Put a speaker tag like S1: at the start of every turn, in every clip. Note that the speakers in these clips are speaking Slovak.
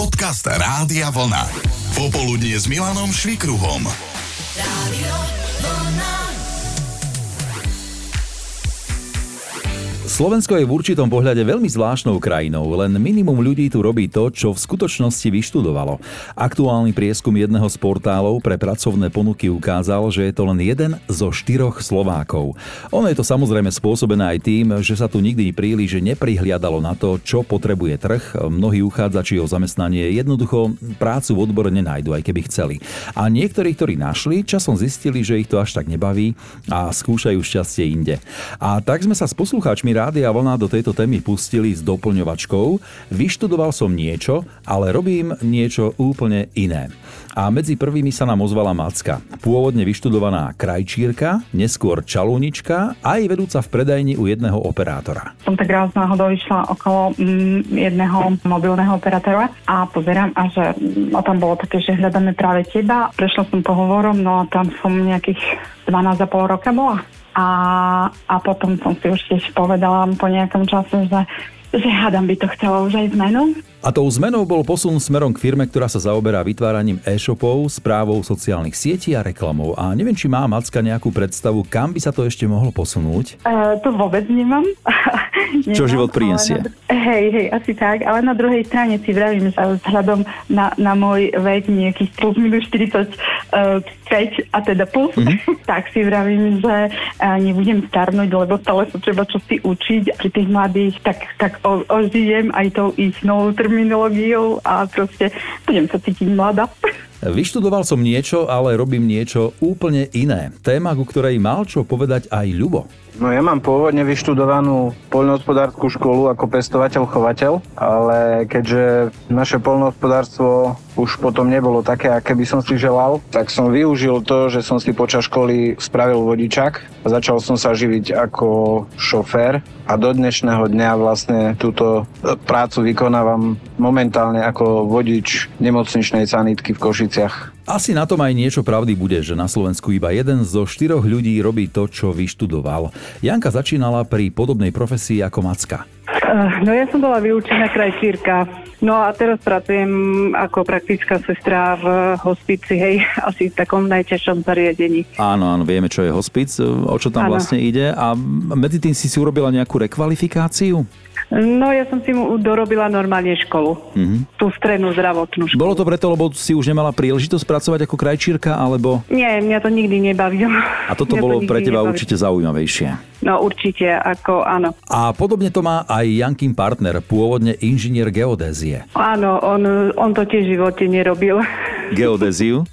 S1: Podcast Rádia Vlna. Popoludnie s Milanom Švikruhom.
S2: Slovensko je v určitom pohľade veľmi zvláštnou krajinou, len minimum ľudí tu robí to, čo v skutočnosti vyštudovalo. Aktuálny prieskum jedného z portálov pre pracovné ponuky ukázal, že je to len jeden zo štyroch Slovákov. Ono je to samozrejme spôsobené aj tým, že sa tu nikdy príliš neprihliadalo na to, čo potrebuje trh. Mnohí uchádzači o zamestnanie jednoducho prácu v odbore nenájdu, aj keby chceli. A niektorí, ktorí našli, časom zistili, že ich to až tak nebaví a skúšajú šťastie inde. A tak sme sa s poslucháčmi Rádia Vlna do tejto témy pustili s doplňovačkou. Vyštudoval som niečo, ale robím niečo úplne iné. A medzi prvými sa nám ozvala Macka. Pôvodne vyštudovaná krajčírka, neskôr čalúnička a aj vedúca v predajni u jedného operátora.
S3: Som tak raz náhodou išla okolo mm, jedného mobilného operátora a pozerám a že mm, a tam bolo také, že hľadáme práve teba. Prešla som pohovorom, no a tam som nejakých 12,5 roka bola. A, a potom som si už tiež povedala po nejakom čase, že, že hádam by to chcela už aj zmenu.
S2: A tou zmenou bol posun smerom k firme, ktorá sa zaoberá vytváraním e-shopov, správou sociálnych sietí a reklamou. A neviem, či má Macka nejakú predstavu, kam by sa to ešte mohlo posunúť.
S3: E, to vôbec nemám. nemám
S2: Čo život
S3: ale
S2: prinesie.
S3: na dru- Hej, hej, asi tak, ale na druhej strane si vravím, že vzhľadom na, na môj vek nejakých plus minus 45 a teda plus,
S2: Mhm.
S3: mm-hmm. tak si vravím, že e, nebudem starnúť, lebo stále sa treba čo si učiť. Pri tých mladých tak, tak o, ožijem aj tou ich novou terminológiou a proste budem sa cítiť mladá.
S2: Vyštudoval som niečo, ale robím niečo úplne iné. Téma, ku ktorej mal čo povedať aj Ľubo.
S4: No ja mám pôvodne vyštudovanú poľnohospodárskú školu ako pestovateľ, chovateľ, ale keďže naše poľnohospodárstvo už potom nebolo také, aké by som si želal, tak som využil to, že som si počas školy spravil vodičak a začal som sa živiť ako šofér a do dnešného dňa vlastne túto e, prácu vykonávam momentálne ako vodič nemocničnej sanitky v Košiciach.
S2: Asi na tom aj niečo pravdy bude, že na Slovensku iba jeden zo štyroch ľudí robí to, čo vyštudoval. Janka začínala pri podobnej profesii ako Macka.
S5: Eh, No ja som bola vyučená krajčírka. No a teraz pracujem ako praktická sestra v hospici, hej, asi v takom najťažšom zariadení.
S2: Áno, áno, vieme, čo je hospic, e, o čo tam
S5: Áno.
S2: vlastne ide. A medzi tým si si urobila nejakú rekvalifikáciu?
S5: No ja som si mu dorobila normálne školu, mm-hmm. tú strednú zdravotnú školu.
S2: Mhm. Bolo to preto, lebo si už nemala príležitosť pracovať ako krajčírka, alebo...
S5: Nie, mňa to nikdy nebavilo.
S2: A toto
S5: Mňa to
S2: bolo
S5: nikdy
S2: pre teba
S5: nebavilo.
S2: určite zaujímavejšie.
S5: No určite, ako áno.
S2: A podobne to má aj Jankin partner, pôvodne inžinier geodézie.
S5: Áno, on, on to tiež v živote nerobil.
S2: Geodéziu?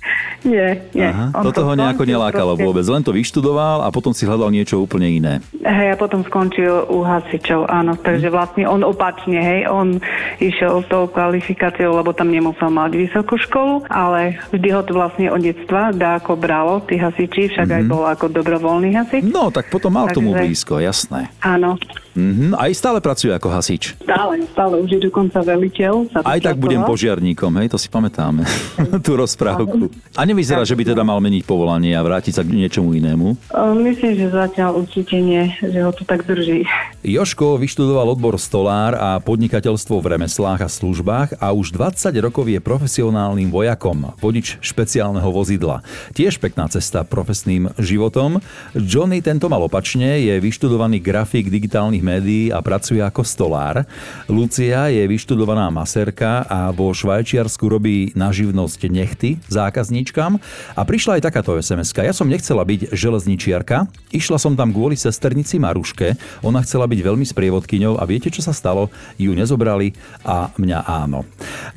S5: nie, nie.
S2: Aha,
S5: on
S2: toto ho
S5: skončil
S2: nejako nelákalo
S5: proste.
S2: vôbec, len to vyštudoval a potom si hľadal niečo úplne iné.
S5: Hej, a potom skončil u hasičov, áno.
S2: Mhm.
S5: Takže vlastne on opačne, hej, on išiel tou kvalifikáciou, lebo tam nemusel mať vysokú školu, ale vždy ho to vlastne od detstva dáko bralo, tí hasiči, však
S2: Mhm.
S5: aj bol ako dobrovoľný hasič.
S2: No, tak potom mal tomu
S5: Takže-
S2: blízko, jasné.
S5: Áno,
S2: Mhm, aj stále pracuje ako hasič.
S5: stále, stále, už je dokonca veliteľ. Za to
S2: Aj tak
S5: časoval.
S2: budem požiarníkom, hej, to si pamätáme, tú rozprávku. A nevyzerá, že by teda mal meniť povolanie a vrátiť sa k niečomu inému.
S5: O, Ehm, Myslím, že zatiaľ určite nie, že ho to tak drží.
S2: Joško vyštudoval odbor stolár a podnikateľstvo v remeslách a službách a už 20 rokov je profesionálnym vojakom, vodič špeciálneho vozidla. Tiež pekná cesta profesným životom. Johnny tento mal opačne, je vyštudovaný grafik digitálnych médií a pracuje ako stolár. Lucia je vyštudovaná maserka a vo Švajčiarsku robí na živnosť nechty zákazníčkam. A prišla aj takáto sms Ja som nechcela byť železničiarka, išla som tam kvôli sesternici Maruške, ona chcela byť veľmi sprievodkyňou a viete, čo sa stalo? Ju nezobrali a mňa áno.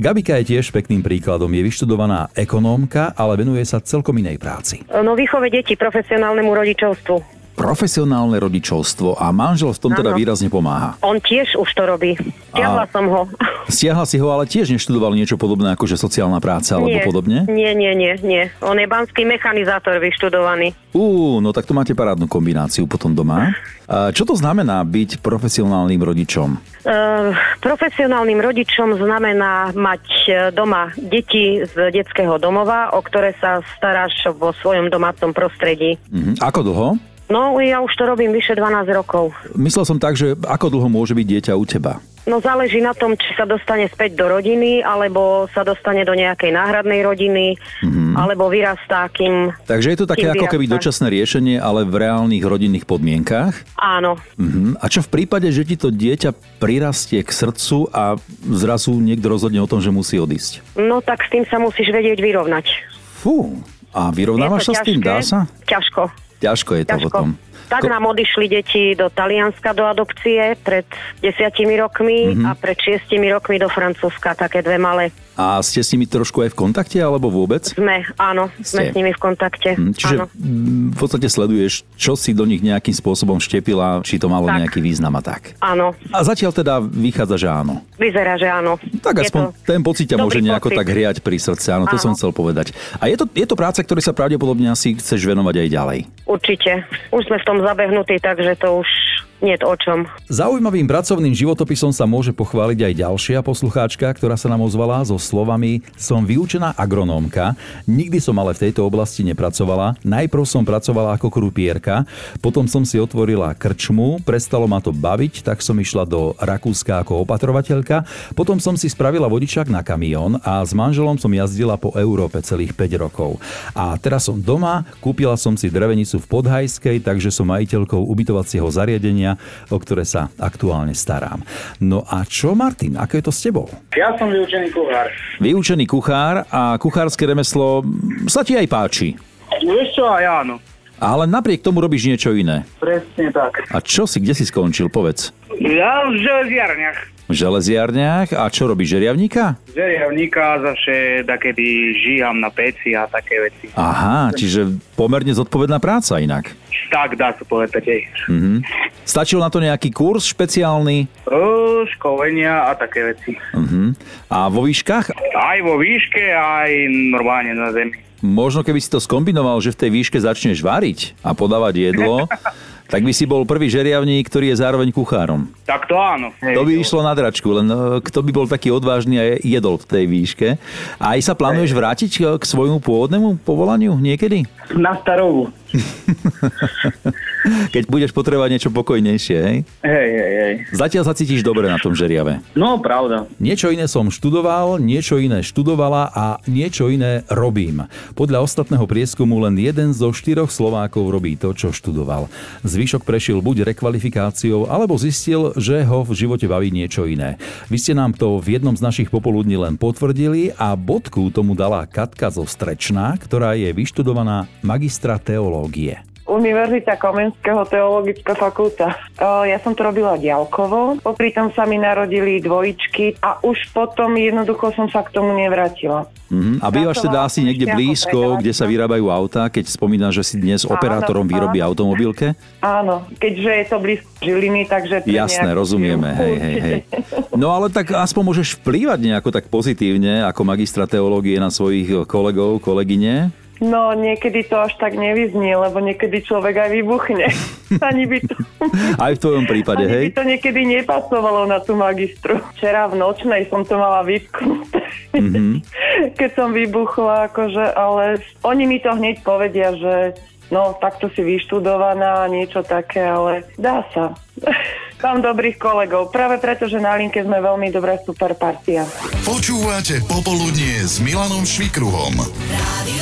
S2: Gabika je tiež pekným príkladom. Je vyštudovaná ekonómka, ale venuje sa celkom inej práci.
S6: No výchove detí profesionálnemu rodičovstvu.
S2: Profesionálne rodičovstvo a manžel v tom teda
S6: Áno.
S2: výrazne pomáha.
S6: On tiež už to robí.
S2: A-
S6: Ťahla som ho.
S2: Stiahla si ho, ale tiež neštudoval niečo podobné ako že sociálna práca alebo
S6: nie,
S2: podobne?
S6: Nie, nie, nie, nie. On je banský mechanizátor vyštudovaný.
S2: Ú, no tak tu máte parádnu kombináciu potom doma. A Čo to znamená byť profesionálnym rodičom?
S6: Uh, profesionálnym rodičom znamená mať e, doma deti z detského domova, o ktoré sa staráš vo svojom domácom prostredí.
S2: Mhm. Ako dlho?
S6: No, ja už to robím vyše 12 rokov.
S2: Myslel som tak, že ako dlho môže byť dieťa u teba?
S6: No záleží na tom, či sa dostane späť do rodiny, alebo sa dostane do nejakej náhradnej rodiny,
S2: Mhm.
S6: mm-hmm. alebo vyrastá kým...
S2: Takže je to také
S6: kým
S2: ako keby
S6: vyrastá.
S2: dočasné riešenie, ale v reálnych rodinných podmienkách.
S6: Áno.
S2: Mhm. A čo v prípade, že ti to dieťa prirastie k srdcu a zrazu niekto rozhodne o tom, že musí odísť?
S6: No tak s tým sa musíš vedieť vyrovnať.
S2: Fú, a
S6: Je
S2: vyrovnávaš
S6: to
S2: sa s tým,
S6: ťažké?
S2: dá sa?
S6: Ťažko.
S2: Ťažko je to
S6: Ťažko.
S2: potom.
S6: Tak
S2: Ko-
S6: nám odišli deti do Talianska do adopcie pred desiatimi rokmi
S2: Mhm.
S6: a pred šiestimi rokmi do Francúzska, také dve malé.
S2: A ste s nimi trošku aj v kontakte, alebo vôbec?
S6: Sme, áno,
S2: Ste.
S6: sme s nimi v kontakte.
S2: Hm, Čiže
S6: áno.
S2: mm, v podstate sleduješ, čo si do nich nejakým spôsobom štepila, či to malo
S6: Tak.
S2: nejaký význam a tak.
S6: áno,
S2: A zatiaľ teda vychádza, že áno.
S6: vyzerá, že áno.
S2: Tak
S6: Je
S2: aspoň
S6: to-
S2: ten pocit ťa
S6: dobrý
S2: môže nejako
S6: pocit.
S2: tak hriať pri srdci, áno, to
S6: Áno.
S2: som chcel povedať. A je to, je to práca, ktorej sa pravdepodobne asi chceš venovať aj ďalej.
S6: Určite. Už sme v tom zabehnutí, takže to už nie je o čom.
S2: Zaujímavým pracovným životopisom sa môže pochváliť aj ďalšia poslucháčka, ktorá sa nám ozvala so slovami Som vyučená agronómka, nikdy som ale v tejto oblasti nepracovala. Najprv som pracovala ako krupierka, potom som si otvorila krčmu, prestalo ma to baviť, tak som išla do Rakúska ako opatrovateľka, potom som si spravila vodičák na kamión a s manželom som jazdila po Európe celých 5 rokov. A teraz som doma, kúpila som si drevenicu v Podhajskej, takže som majiteľkou ubytovacieho zariadenia, o ktoré sa aktuálne starám. No a čo Martin, ako je to s tebou?
S7: Ja som vyučený kuchár.
S2: Vyučený kuchár a kuchárske remeslo mm, sa ti aj páči,
S7: No vieš čo, aj áno.
S2: ale napriek tomu robíš niečo iné.
S7: Presne tak.
S2: A čo si, kde si skončil, povedz?
S7: Ja v železiarniach.
S2: V železiarniach a čo robíš, žeriavníka?
S7: Žeriavníka zaše takedy žíham na peci a také veci.
S2: Aha, čiže pomerne zodpovedná práca inak.
S7: Tak dá sa povedať aj.
S2: Hm. Stačil na to nejaký kurz špeciálny
S7: O, školenia a také veci.
S2: uh-huh. a vo výškach?
S7: Aj vo výške, aj normálne na zemi.
S2: Možno keby si to skombinoval, že v tej výške začneš variť a podávať jedlo, tak by si bol prvý žeriavník, ktorý je zároveň kuchárom.
S7: Tak to áno.
S2: To by išlo na dračku, len e, kto by bol taký odvážny a jedol v tej výške. A aj sa plánuješ vrátiť e, k svojmu pôvodnému povolaniu niekedy?
S7: Na starovu.
S2: Keď budeš potrebovať niečo pokojnejšie, hej?
S7: Hej, hej, hej.
S2: Zatiaľ sa cítiš dobre na tom žeriave.
S7: No, pravda.
S2: Niečo iné som študoval, niečo iné študovala a niečo iné robím. Podľa ostatného prieskumu len jeden zo štyroch Slovákov robí to, čo študoval. Zvyšok prešiel buď rekvalifikáciou, alebo zistil, že ho v živote baví niečo iné. Vy ste nám to v jednom z našich popoludní len potvrdili a bodku tomu dala Katka zo Strečná, ktorá je vyštudovaná magistra teológie.
S3: Univerzita Komenského teologická fakulta. E, Ja som to robila diaľkovo, popri tom sa mi narodili dvojičky a už potom jednoducho som sa k tomu nevrátila.
S2: Mhm. A bývaš teda
S3: Pracovala
S2: asi
S3: som
S2: niekde
S3: ešte ako
S2: blízko, kde sa
S3: predavačka.
S2: vyrábajú autá, keď spomínaš, že si dnes operátorom
S3: áno.
S2: výroby automobilke?
S3: Áno, keďže je to blízko Žiliny, takže... to
S2: Jasné,
S3: nejak-
S2: rozumieme, hej, hej, hej. No ale tak aspoň môžeš vplývať nejako tak pozitívne ako magistra teológie na svojich kolegov, kolegyne.
S3: No, niekedy to až tak nevyznie, lebo niekedy človek aj vybuchne. Ani by to...
S2: Aj v tvojom prípade,
S3: Ani
S2: hej.
S3: by to niekedy nepasovalo na tú magistru. Včera v nočnej som to mala vypknuté. Mm-hmm.
S2: Mhm.
S3: Keď som vybuchla, akože, ale oni mi to hneď povedia, že no, takto si vyštudovaná, niečo také, ale dá sa. Mám dobrých kolegov, práve preto, že na linke sme veľmi dobrá super partia.
S1: Počúvate Popoludnie s Milanom Švikruhom.
S8: Radio